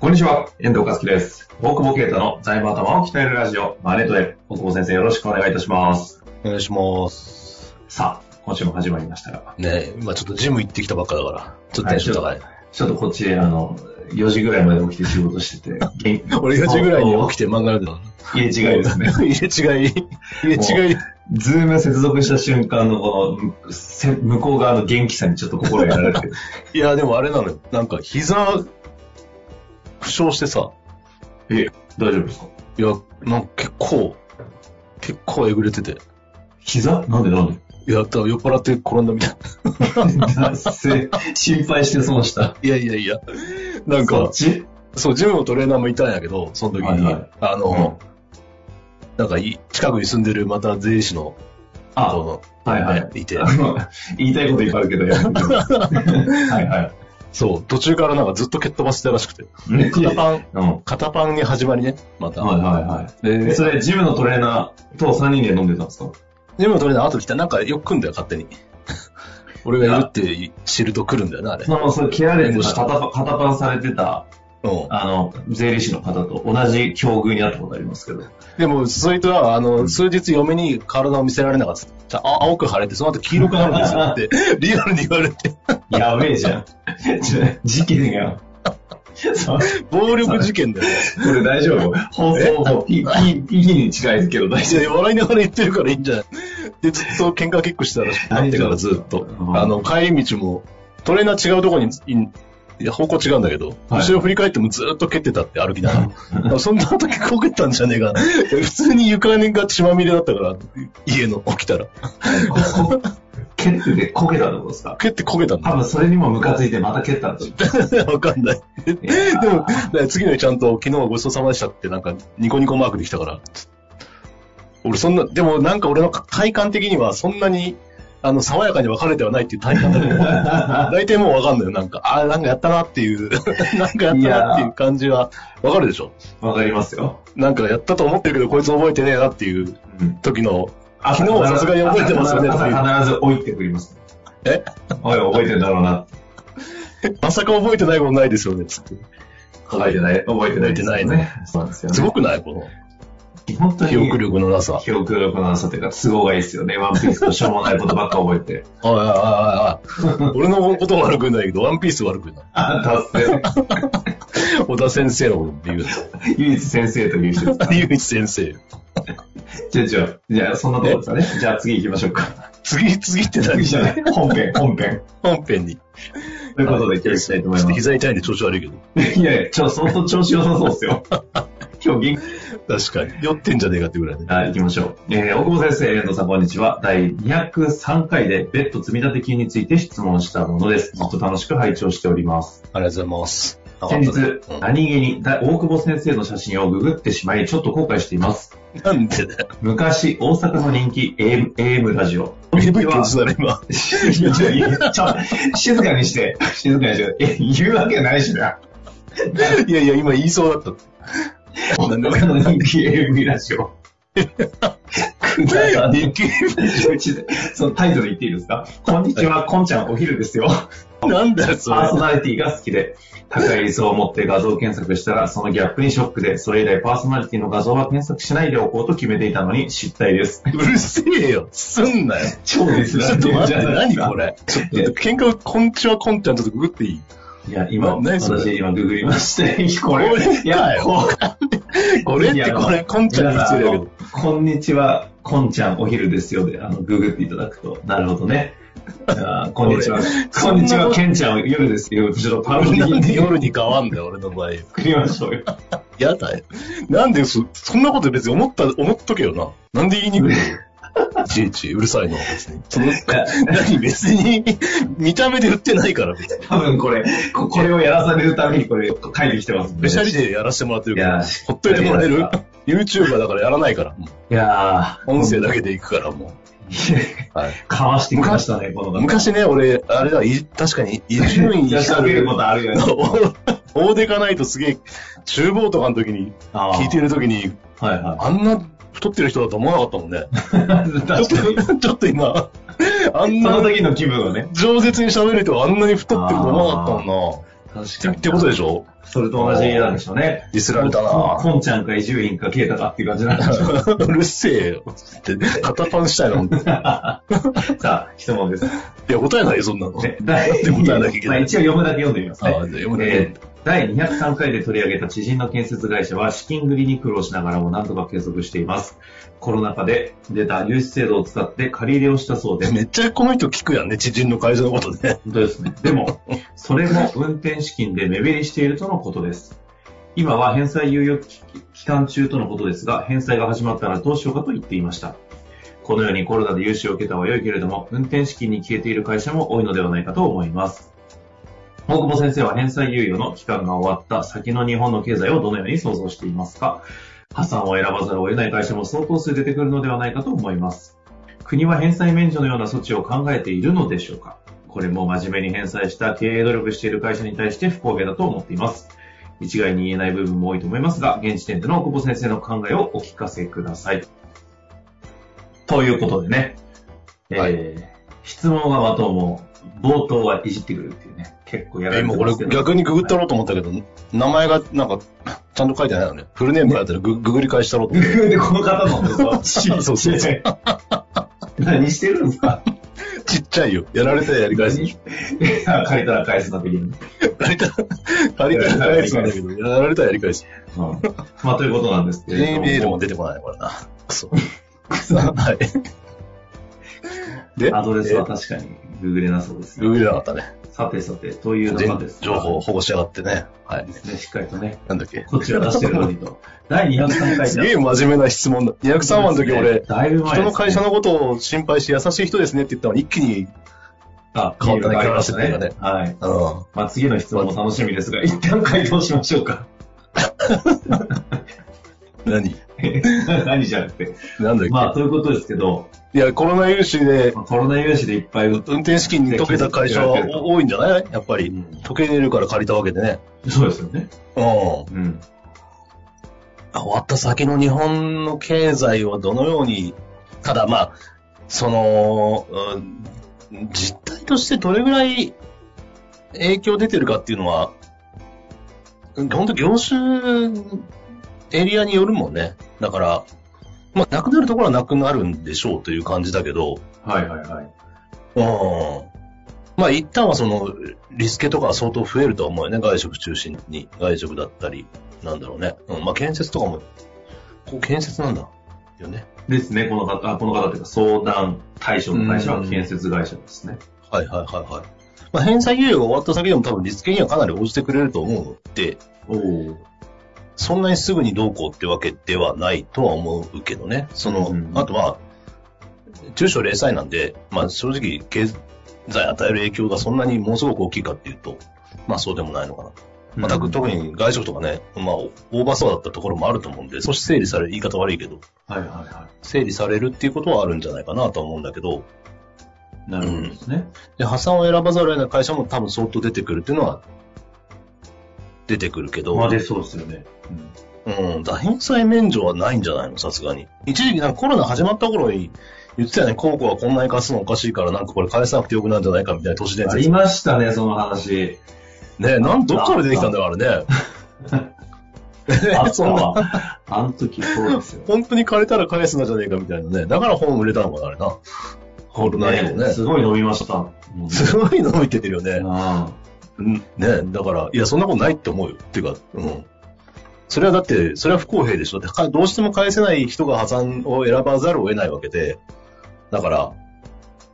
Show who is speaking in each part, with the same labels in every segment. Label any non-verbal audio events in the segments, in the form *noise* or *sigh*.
Speaker 1: こんにちは、遠藤和樹です。大久保啓太の財務頭を鍛えるラジオ、マネトレ。大久保先生、よろしくお願いいたします。
Speaker 2: お願いします。
Speaker 1: さあ、今週も始まりましたが、
Speaker 2: ね今ちょっとジム行ってきたばっかだから、ちょっとテンション高い。
Speaker 1: ちょっとこっち、あの、4時ぐらいまで起きて仕事してて、元気
Speaker 2: *laughs* 俺4時ぐらいに起きて漫画読んで
Speaker 1: 入れ違いですね。
Speaker 2: たの。入れ違い。入れ違い。
Speaker 1: ズーム接続した瞬間のこの、せ向こう側の元気さにちょっと心やられて、 *laughs*
Speaker 2: いや、でもあれなのよ。なんか膝、負傷してさ、
Speaker 1: え、大丈夫ですか
Speaker 2: いや、なんか結構、結構えぐれてて。
Speaker 1: 膝なんでなんで *laughs*
Speaker 2: いや、多分酔っ払って転んだみたい。
Speaker 1: 心配して損した。
Speaker 2: いやいやいや。なん
Speaker 1: こ
Speaker 2: か
Speaker 1: っ、ち
Speaker 2: そう、ジムのトレーナーもいたんやけど、その時に、
Speaker 1: はいはい
Speaker 2: あの、なんかい近くに住んでるまた税理士の
Speaker 1: あ、
Speaker 2: 人
Speaker 1: はいは
Speaker 2: の、
Speaker 1: い。
Speaker 2: ね、いて、
Speaker 1: あの *laughs* 言いたいこといっぱいあるけど、やめてくださいはいはい。
Speaker 2: そう、途中からなんかずっと蹴っ飛ばしてたらしくて。
Speaker 1: うん
Speaker 2: で肩パン、
Speaker 1: うん。は
Speaker 2: 肩パンに始まりね、ま
Speaker 1: い
Speaker 2: た。
Speaker 1: はいはい。え
Speaker 2: で、
Speaker 1: それ、ジムのトレーナーと3人で飲んでたんですか
Speaker 2: ジムのトレーナー後来たなんかよく来んだよ、勝手に。俺がいるって知ると来るんだよな、あれ。
Speaker 1: まあまあ、それ、ケアレンとして肩パ肩パンされてた、
Speaker 2: うん。
Speaker 1: あの、税理士の方と同じ境遇にあったことありますけど。
Speaker 2: でも、そいつは、あの、数日嫁に体を見せられなかったっつって。あ、青く腫れて、その後黄色くなるんですよって、リアルに言われて。
Speaker 1: やべえじゃん。ちょ *laughs* 事件が。そう
Speaker 2: 暴力事件だよね。
Speaker 1: これ大丈夫放送も P、P、P に近いですけど大
Speaker 2: い
Speaker 1: 丈
Speaker 2: や笑いながら言ってるからいいんじゃないで、ずっと喧嘩結構してたらしくなってからずっと
Speaker 1: う。ん
Speaker 2: あの、帰り道も、トレーナー違うとこに、いいや、方向違うんだけど、
Speaker 1: はい
Speaker 2: 後ろ振り返ってもずっと蹴ってたって歩きながら。だからそんな時こけたんじゃねえか。普通に床が血まみれだったから、家の起きたら。
Speaker 1: 夫。ここ *laughs* 蹴っててこけたってことですか
Speaker 2: 蹴ってこけたんだ
Speaker 1: 多分それにもムカついてまた蹴ったんでしょ
Speaker 2: よ。 *laughs* わかんない。 *laughs* で
Speaker 1: いやー
Speaker 2: も、だから次の日ちゃんと、昨日はごちそうさまでしたって、なんか、ニコニコマークできたから。俺そんな、でもなんか俺の体感的にはそんなに、あの、爽やかに分かれてはないっていう体感だと思
Speaker 1: *laughs*
Speaker 2: う。大体もう分かんないよ。なんか、ああ、なんかやったなっていう、 *laughs* なんかやったなっていう感じは、分かるでしょ。
Speaker 1: わかりますよ。
Speaker 2: なんかやったと思ってるけど、こいつ覚えてねえなっていう
Speaker 1: うん
Speaker 2: 時の、
Speaker 1: あ
Speaker 2: 昨日はさすがに覚えてますよね
Speaker 1: 朝 *laughs* 朝必ず置いてくります。
Speaker 2: え
Speaker 1: おい、覚えてんだろうな。
Speaker 2: まさか覚えてないことないですよね、つって。
Speaker 1: 覚えてない。覚えてないですよ
Speaker 2: 覚えてないね。
Speaker 1: そうなんですよね。
Speaker 2: すごくないこ
Speaker 1: 本当
Speaker 2: の
Speaker 1: に
Speaker 2: 記憶。力のなさ。
Speaker 1: 記憶力のなさというか、都合がいいですよね。ワンピースのしょうもないことばっか覚えて。
Speaker 2: おいおいおいおいおい。俺のことは悪くないけど、ワンピース悪くない。
Speaker 1: あ、達
Speaker 2: *laughs*
Speaker 1: 成。
Speaker 2: 小田先生のことって言うの。 *laughs*
Speaker 1: 唯一先生という人ですか
Speaker 2: ゆういち先生。
Speaker 1: じゃあ、じゃあ、じゃあそんなとこですかね。
Speaker 2: *laughs*
Speaker 1: じゃあ次行きましょうか。
Speaker 2: 次、 *laughs* 次って何
Speaker 1: 次じゃない。本編、本編。
Speaker 2: 本編に。
Speaker 1: ということで、今日行きたいと思い
Speaker 2: ちょっ
Speaker 1: ま
Speaker 2: と
Speaker 1: す。
Speaker 2: 膝痛いんで調子悪いけど。
Speaker 1: いやいや、ちょ、相当調子良さそうです
Speaker 2: *laughs*
Speaker 1: よ。今日元気
Speaker 2: 確かに。酔ってんじゃねえかってぐらいね。
Speaker 1: はい、行きましょう。えー、大久保先生、遠藤さん、こんにちは。第203回で、別途積立金について質問したものです。ずっと楽しく拝聴しております。
Speaker 2: ありがとうございます。
Speaker 1: 先日、
Speaker 2: うん
Speaker 1: 何気に大久保先生の写真をググってしまい、ちょっと後悔しています。
Speaker 2: なんでだよ。
Speaker 1: 昔、大阪の人気 AM, AM ラジオ。
Speaker 2: AV 禁止だね、今。
Speaker 1: *laughs* いやいやちょっと静かにして、静かにして、え、言うわけないし
Speaker 2: *laughs*
Speaker 1: な。
Speaker 2: *laughs* いやいや、今言いそうだったって。
Speaker 1: 大阪の人気 AM ラジ
Speaker 2: *laughs*
Speaker 1: オ。くだらねえ *laughs* そのタイトル言っていいですかこんにちは、こんちゃんお昼ですよ。
Speaker 2: なんだよ、そ
Speaker 1: パー
Speaker 2: れ
Speaker 1: ソ。ナリティが好きで、高い理想を持って画像検索したら、そのギャップにショックで、それ以来パーソナリティの画像は検索しないでおこうと決めていたのに失態です。
Speaker 2: うるせえよ。すんなよ。
Speaker 1: 超ディス
Speaker 2: ち
Speaker 1: られ
Speaker 2: ょってと
Speaker 1: る
Speaker 2: 待
Speaker 1: じ *laughs*
Speaker 2: っ
Speaker 1: ゃ
Speaker 2: て、
Speaker 1: ないで
Speaker 2: 何
Speaker 1: すか
Speaker 2: これ。ちょっと、喧嘩、こんちはこんちゃん、ちょっとググっていい
Speaker 1: いや、今、
Speaker 2: な何それ
Speaker 1: 私今ググりまして、これ
Speaker 2: *laughs* これかよ、
Speaker 1: いや、こ
Speaker 2: これってこ
Speaker 1: い
Speaker 2: れ、
Speaker 1: や
Speaker 2: こんちゃんに失礼だけど。
Speaker 1: うこんにちは、こんちゃんお昼ですよで、あの、ググっていただくと、なるほどね。あーこんにち
Speaker 2: *laughs*
Speaker 1: は、こんにちは、けんちゃん夜ですよ。ちょっとパロディ
Speaker 2: なんで
Speaker 1: ー
Speaker 2: 夜に変わんだよ、俺の場合。
Speaker 1: 作りましょうよ。
Speaker 2: やだよ。なんでそ、そんなこと別に思った、思っとけよな。なんで言いにくいの *laughs* いちいちうるさいの。別にその何別に、見た目で売ってないから、別に。
Speaker 1: 多分これ、ここれをやらされるためにこれ書いてきてますん
Speaker 2: ベ
Speaker 1: で。
Speaker 2: シャ
Speaker 1: い
Speaker 2: リでやらせてもらってるから、
Speaker 1: や、
Speaker 2: ほっといてもらえる
Speaker 1: い
Speaker 2: ?YouTuber だからやらないから、も
Speaker 1: や
Speaker 2: う音声だけで行くから、もう。はい。
Speaker 1: かわしてきましたね、この方。
Speaker 2: 昔ね、俺、あれだ、い確か *laughs* に、伊集院
Speaker 1: いや、喋ることあるよね。
Speaker 2: *laughs* 大出かないとすげえ、厨房とかの時に、
Speaker 1: あー
Speaker 2: 聞いてる時に、
Speaker 1: はいは
Speaker 2: あんな太ってる人だと思わなかったもん
Speaker 1: *laughs*
Speaker 2: ね。
Speaker 1: い。確か *laughs*
Speaker 2: *laughs* ちょっ
Speaker 1: に。
Speaker 2: と、ちょっと今、あん
Speaker 1: その
Speaker 2: な、
Speaker 1: 時の気分をね。
Speaker 2: 饒舌に喋る人があんなに太ってると思わなかったも
Speaker 1: 確
Speaker 2: んな。ってってことでしょ
Speaker 1: それと同じなんでしょうね。
Speaker 2: ディスられた
Speaker 1: こ
Speaker 2: な
Speaker 1: こんちゃんか伊集院か啓太かっていう感じなんでし
Speaker 2: *laughs*
Speaker 1: ょう。
Speaker 2: うるせえよ。つって、肩パンした
Speaker 1: *laughs*
Speaker 2: いな、ほんとい
Speaker 1: さあ、一問
Speaker 2: *laughs*
Speaker 1: です。
Speaker 2: や、答えないよ、そんなの。
Speaker 1: ね第
Speaker 2: って答えなきゃいけない
Speaker 1: まあ一応読むだけ読んでみますね。
Speaker 2: ああ読むだけ
Speaker 1: えー第203回で取り上げた知人の建設会社は資金繰りに苦労しながらも何とか継続しています。コロナ禍で出た融資制度を使って借り入れをしたそうで、
Speaker 2: めっちゃこの人聞くやんね、知人の会社のことね。
Speaker 1: 本当ですね。でも、それも運転資金で目減りしているとのことです。今は返済猶予期期間中とのことですが、返済が始まったらどうしようかと言っていました。このようにコロナで融資を受けたは良いけれども、運転資金に消えている会社も多いのではないかと思います。大久保先生は返済猶予の期間が終わった先の日本の経済をどのように想像していますか破産を選ばざるを得ない会社も相当数出てくるのではないかと思います。国は返済免除のような措置を考えているのでしょうかこれも真面目に返済した経営努力している会社に対して不公平だと思っています。一概に言えない部分も多いと思いますが、現時点での久保先生の考えをお聞かせください。ということでね、えー
Speaker 2: は
Speaker 1: 質問はまとも、冒頭はいじってくるっていうね、結構やられて
Speaker 2: 今
Speaker 1: ま
Speaker 2: これ
Speaker 1: すけど。
Speaker 2: 逆にググったろうと思ったけど、名前がなんか、ちゃんと書いてないのね。フルネーム書いたらグググり返したろうと思っ
Speaker 1: でこの方なんですか
Speaker 2: そうそうそう
Speaker 1: 何してるんですか *laughs*
Speaker 2: て。ちっちゃいよ。やられたらやり返すでしょ。
Speaker 1: いや *laughs* 借りたら返すな的に。うん
Speaker 2: やりたら、借りたらやり返すんだけど、やられたらやり返す。
Speaker 1: まあ、ということなんですけれど
Speaker 2: J
Speaker 1: も。
Speaker 2: メールも出てこないからな。クソ。はい。で、
Speaker 1: アドレスは
Speaker 2: え
Speaker 1: 確かにググれなそうです
Speaker 2: ーグ
Speaker 1: ね。
Speaker 2: グれなかったね。
Speaker 1: さてさて、という中
Speaker 2: 全
Speaker 1: です。
Speaker 2: 情報を保護しやがってね。はい。
Speaker 1: ね、しっかりとね、
Speaker 2: なんだっけ。
Speaker 1: こっちは出してるのに
Speaker 2: *laughs*
Speaker 1: と。第203回
Speaker 2: すげえ真面目な質問だ。203番の時俺、
Speaker 1: だいぶ前ですね
Speaker 2: 人の会社のことを心配して優しい人ですねって言ったのに一気に、
Speaker 1: あ
Speaker 2: 変わっ
Speaker 1: 理
Speaker 2: たね
Speaker 1: 由がありました
Speaker 2: 変わった
Speaker 1: ね
Speaker 2: ね。
Speaker 1: はい。
Speaker 2: あの、
Speaker 1: まあ、次の質問も楽しみですが、一旦回答しましょうか。 *laughs*
Speaker 2: 何
Speaker 1: 何じゃなくて。
Speaker 2: なんだっけ。
Speaker 1: まあ、ということですけど、
Speaker 2: いや、コロナ融資で
Speaker 1: まあコロナ融資でいっぱい売っ
Speaker 2: 運転資金に溶けた会社は多いんじゃないやっぱり。
Speaker 1: うん
Speaker 2: 溶けれるから借りたわけでね。
Speaker 1: そうですよね。
Speaker 2: うん。
Speaker 1: うん。
Speaker 2: 終わった先の日本の経済はどのように、ただまあ、その、うん実態としてどれぐらい影響出てるかっていうのは、うん本当業種、エリアによるもんね。だから、まあ、なくなるところはなくなるんでしょうという感じだけど、
Speaker 1: はいはいはい。
Speaker 2: うん。まあ、一旦はその、リスケとかは相当増えるとは思うよね。外食中心に。外食だったり、なんだろうね。うん。まあ、建設とかも、こう建設なんだ。よね。
Speaker 1: ですね、この方、あこの方というか、相談対象の会社は建設会社ですね。
Speaker 2: はいはいはいはい。まあ、返済猶予が終わった先でも多分リスケにはかなり応じてくれると思うので、
Speaker 1: おお。
Speaker 2: そんなにすぐにどうこうってわけではないとは思うけどね。その、
Speaker 1: うん
Speaker 2: あとは、中小零細なんで、まあ正直経済与える影響がそんなにものすごく大きいかっていうと、まあそうでもないのかな。また、特に外食とかね、まあ、オーバーそうだったところもあると思うんで、少し整理される、言い方悪いけど、
Speaker 1: はいはいは
Speaker 2: 整理されるっていうことはあるんじゃないかなとは思うんだけど、
Speaker 1: い。なるほどですね。
Speaker 2: で、破産を選ばざるを得ない会社も多分相当出てくるっていうのは、出てくるけど、
Speaker 1: まあ、で、そうですよね。
Speaker 2: うん、だ返済免除はないんじゃないの、さすがに。一時期なんかコロナ始まった頃に、言ってたよね、高校はこんなに貸すのおかしいから、なんかこれ返さなくてよくなるんじゃないかみたいな都市伝
Speaker 1: あ
Speaker 2: 説。
Speaker 1: りましたね、その話。
Speaker 2: ねなん、どっから出てきたんだろう、あれね。
Speaker 1: *laughs* あった
Speaker 2: そんな
Speaker 1: わ。あの時そうです *laughs* よ。
Speaker 2: *laughs* 本当に借りたら返すなじゃねえかみたいなね。だから本売れたのかな、あれな。コロナ以後ね。
Speaker 1: すごい伸びました。うん *laughs*
Speaker 2: すごいの見てるよね。
Speaker 1: あ
Speaker 2: うんねだから、いや、そんなことないって思うよ。っていうか、うん。それはだって、それは不公平でしょ。だからどうしても返せない人が破産を選ばざるを得ないわけで、だから、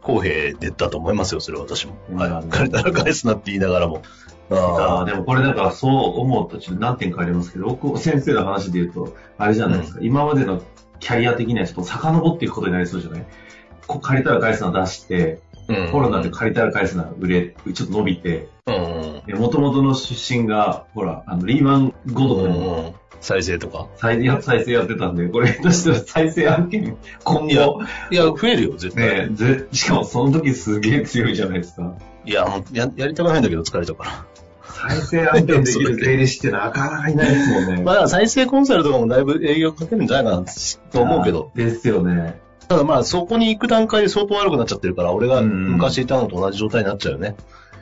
Speaker 2: 公平でだと思いますよ、それは私も。
Speaker 1: うん
Speaker 2: はい借りたら返すなって言いながらも。
Speaker 1: ああ、
Speaker 2: あ
Speaker 1: でもこれだからそう思うとちょっと何点かありますけど、僕先生の話で言うと、あれじゃないですか、今までのキャリア的な人を遡っていくことになりそうじゃないこう借りたら返すのは出して、
Speaker 2: あ、うん
Speaker 1: コロナで借りたら返すのは売れ、ちょっと伸びて、
Speaker 2: うん。
Speaker 1: もともとの出身が、ほら、あの、リーマン後とかでも
Speaker 2: うん再生とか。
Speaker 1: 再生再生やってたんで、これとしたら再生案件、今
Speaker 2: いや
Speaker 1: 後、
Speaker 2: いや、増えるよ、絶
Speaker 1: ね
Speaker 2: 対。
Speaker 1: ぜ、しかもその時すげえ強いじゃないですか。
Speaker 2: いや、もうや、やりたくないんだけど、疲れたから。
Speaker 1: 再生案件できる税理士ってなかなかいないですもんね。
Speaker 2: *laughs* まあ、だから再生コンサルとかもだいぶ営業かけるんじゃないかなと思うけど、。
Speaker 1: ですよね。
Speaker 2: ただまあ、そこに行く段階で相当悪くなっちゃってるから、俺が昔いたのと同じ状態になっちゃうよね。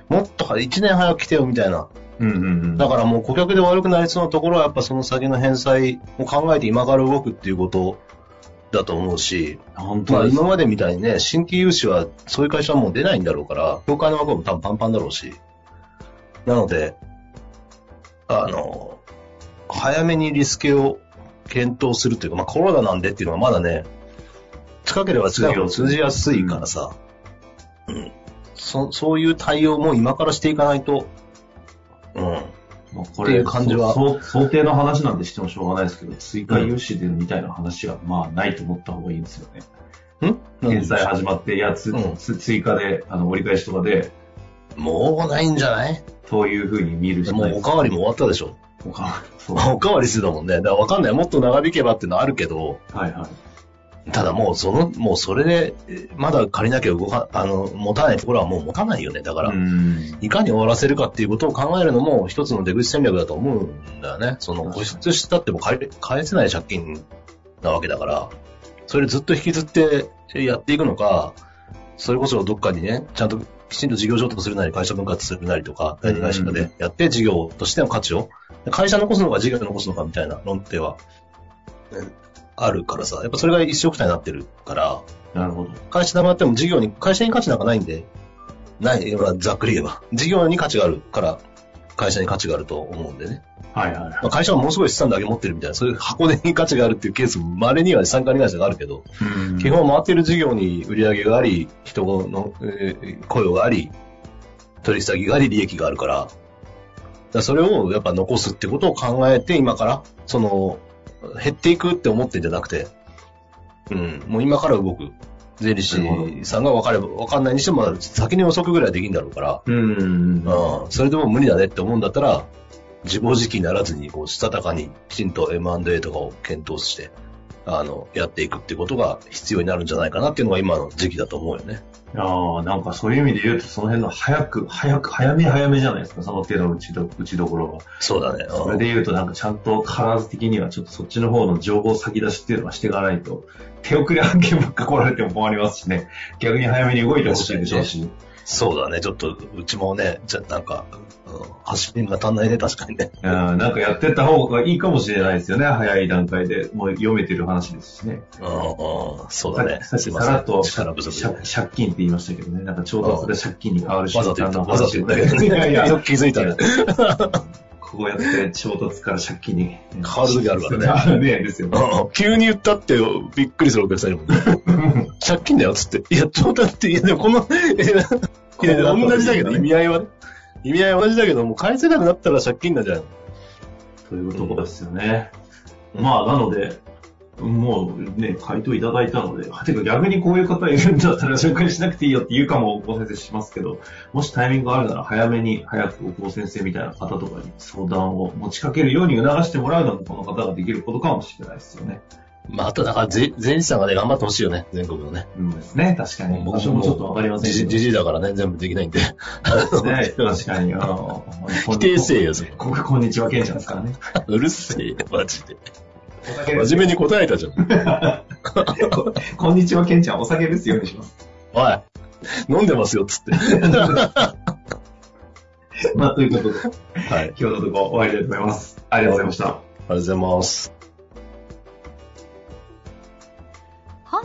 Speaker 2: もっとは1年早く来てよみたいな。
Speaker 1: うんうんうん。
Speaker 2: だからもう顧客で悪くなりそうなところは、やっぱその先の返済を考えて今から動くっていうことだと思うし、
Speaker 1: 本
Speaker 2: ま
Speaker 1: 当
Speaker 2: あ
Speaker 1: です
Speaker 2: 今までみたいにね、新規融資は、そういう会社はもう出ないんだろうから、業界の枠も多分パンパンだろうし。なので、あの、早めにリスケを検討するというか、まあコロナなんでっていうのはまだね、近ければ近いほど通じやすいからさ、うん。そ、そういう対応も今からしていかないと、うん。
Speaker 1: もうこ
Speaker 2: ってい
Speaker 1: れ
Speaker 2: う感じは
Speaker 1: そうそう想定の話なんてしてもしょうがないですけど、追加融資でみたいな話は、まあ、ないと思った方がいいんですよね。
Speaker 2: ん
Speaker 1: 返済始まって、いやつ、
Speaker 2: うん
Speaker 1: つ追加で、あの、折り返しとかで、
Speaker 2: もうないんじゃない
Speaker 1: そういうふうに見るしか
Speaker 2: も
Speaker 1: ないう
Speaker 2: おかわりも終わったでしょ。
Speaker 1: おかそう。は
Speaker 2: おかわりするだもんね。だからわかんない。もっと長引けばっていうのはあるけど、
Speaker 1: いはい。
Speaker 2: ただもうその、もうそれで、えまだ借りなきゃ動か、あの、持たないところはもう持たないよね。だから、
Speaker 1: うん
Speaker 2: いかに終わらせるかっていうことを考えるのも一つの出口戦略だと思うんだよね。その、
Speaker 1: 確か
Speaker 2: 固
Speaker 1: に
Speaker 2: 執したっても返れ返せない借金なわけだから、それずっと引きずってやっていくのか、それこそどっかにね、ちゃんときちんと事業承継するなり、会社分割するなりとか、
Speaker 1: うん
Speaker 2: 第二会社でやって事業としての価値を、会社残すのか事業残すのかみたいな論点は、うんあるからさ、やっぱそれが一緒くたになってるから、
Speaker 1: なるほど。
Speaker 2: 会社黙っても事業に、会社に価値なんかないんで、ない、まあざっくり言えば。事業に価値があるから、会社に価値があると思うんでね。
Speaker 1: はいはいはい。
Speaker 2: まあ、会社はものすごい資産だけ持ってるみたいな、そういう箱根に価値があるっていうケースも稀には参加に関してがあるけど、
Speaker 1: うん
Speaker 2: 基本回ってる事業に売り上げがあり、人の、えー雇用があり、取引先があり、利益があるから、だからそれをやっぱ残すってことを考えて、今から、その、減っていくって思ってんじゃなくて、うん、もう今から動く。税理士さんが分かれば、分かんないにしても、先に遅くぐらいはできるんだろうから、
Speaker 1: うん。
Speaker 2: うん、それでも無理だねって思うんだったら、自暴自棄にならずに、こう、したたかに、きちんと M&A とかを検討して、あの、やっていくってことが必要になるんじゃないかなっていうのが今の時期だと思うよね。
Speaker 1: ああ、なんかそういう意味で言うと、その辺の早く、早く、早め早めじゃないですか、その手の打ちど打ちどころ
Speaker 2: そうだね。
Speaker 1: が。それで言うと、なんかちゃんと必ず的には、ちょっとそっちの方の情報先出しっていうのはしていかないと、手遅れ案件ばっか来られても困りますしね、 *laughs* 逆に早めに動いてほしいでしょうし。
Speaker 2: そうだね。ちょっと、うちもね、じゃ、なんか、うん、発信が足んないね、確かにね。
Speaker 1: うん、なんかやってった方がいいかもしれないですよね、早い段階で。もう読めてる話ですしね。
Speaker 2: うん、うん、そうだね。
Speaker 1: さっき
Speaker 2: すい
Speaker 1: さ
Speaker 2: ません
Speaker 1: らっと
Speaker 2: 力不足で
Speaker 1: 借借金って言いましたけどね、なんかちょうどそれ借金に変わる
Speaker 2: わざと言った。
Speaker 1: の
Speaker 2: わざと
Speaker 1: 話
Speaker 2: 言
Speaker 1: を
Speaker 2: っ
Speaker 1: ね
Speaker 2: たけどね。
Speaker 1: いやいや、
Speaker 2: よく気づいたね。
Speaker 1: *laughs* こうやって衝突から借金に変
Speaker 2: 変わる時あ
Speaker 1: *laughs*
Speaker 2: るからね。
Speaker 1: ね。ねですよね。
Speaker 2: うん急に言ったってびっくりするお客さんいるもんね。 *laughs* 借金だよっつって。いや、冗談 *laughs* って、いや、でもこの、いや、同じだけど、意味合いは、意味合いは同じだけど、もう返せなくなったら借金なんじゃないの
Speaker 1: というところですよね。まあ、なので、もうね、回答いただいたので、てか逆にこういう方いるんだったら紹介しなくていいよって言うかも、高先生しますけど、もしタイミングがあるなら早めに早く高先生みたいな方とかに相談を持ちかけるように促してもらうのもこの方ができることかもしれないですよね。
Speaker 2: まあ、あとだから、税税理士さんがね、頑張ってほしいよね、全国のね。
Speaker 1: うんですね、確かに。
Speaker 2: 僕
Speaker 1: 私もちょっとわかりませんけ
Speaker 2: じ
Speaker 1: ど
Speaker 2: じじいだからね、全部できないんで。
Speaker 1: ね、確かに。あの
Speaker 2: 否定せえよ、それ。
Speaker 1: ここんにちは、ケンちゃんですからね。
Speaker 2: うるせえよ、マジで。真面目に答えたじゃん。
Speaker 1: ここんにちは、ケンちゃん、お酒ですよ、にします。
Speaker 2: *laughs* おい、飲んでますよ、つって。
Speaker 1: まあ、ということで、
Speaker 2: はい。ありが
Speaker 1: 今日のところ終わりたいと思います。ありがとうございました。
Speaker 2: とうございます。
Speaker 3: 本